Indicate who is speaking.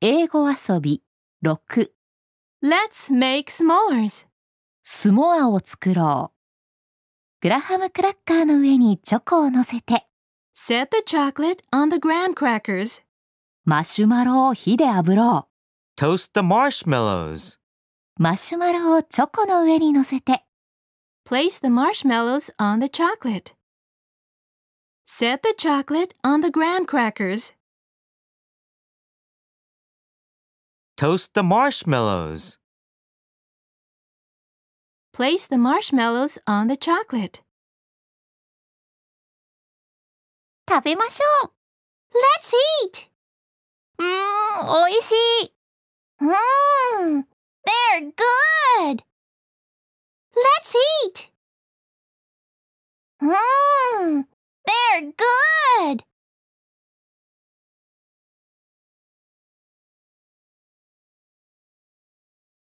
Speaker 1: 英語遊び6
Speaker 2: Let's make s'mores.
Speaker 1: スモアを作ろうグラハムクラッカーの上にチョコを乗せて
Speaker 2: Set the chocolate on the graham crackers.
Speaker 1: マシュマロを火で炙ろ
Speaker 3: Toast the marshmallows.
Speaker 1: うマシュマロをチョコの上に乗せて
Speaker 2: Place the marshmallows on the chocolate. Set the chocolate on the graham crackers.
Speaker 3: Toast the marshmallows.
Speaker 2: Place the marshmallows on the chocolate.
Speaker 1: 食べましょう
Speaker 2: Let's eat!
Speaker 1: うーん、美味しい
Speaker 2: Mmm! They're good! Let's eat! Mmm! They're good!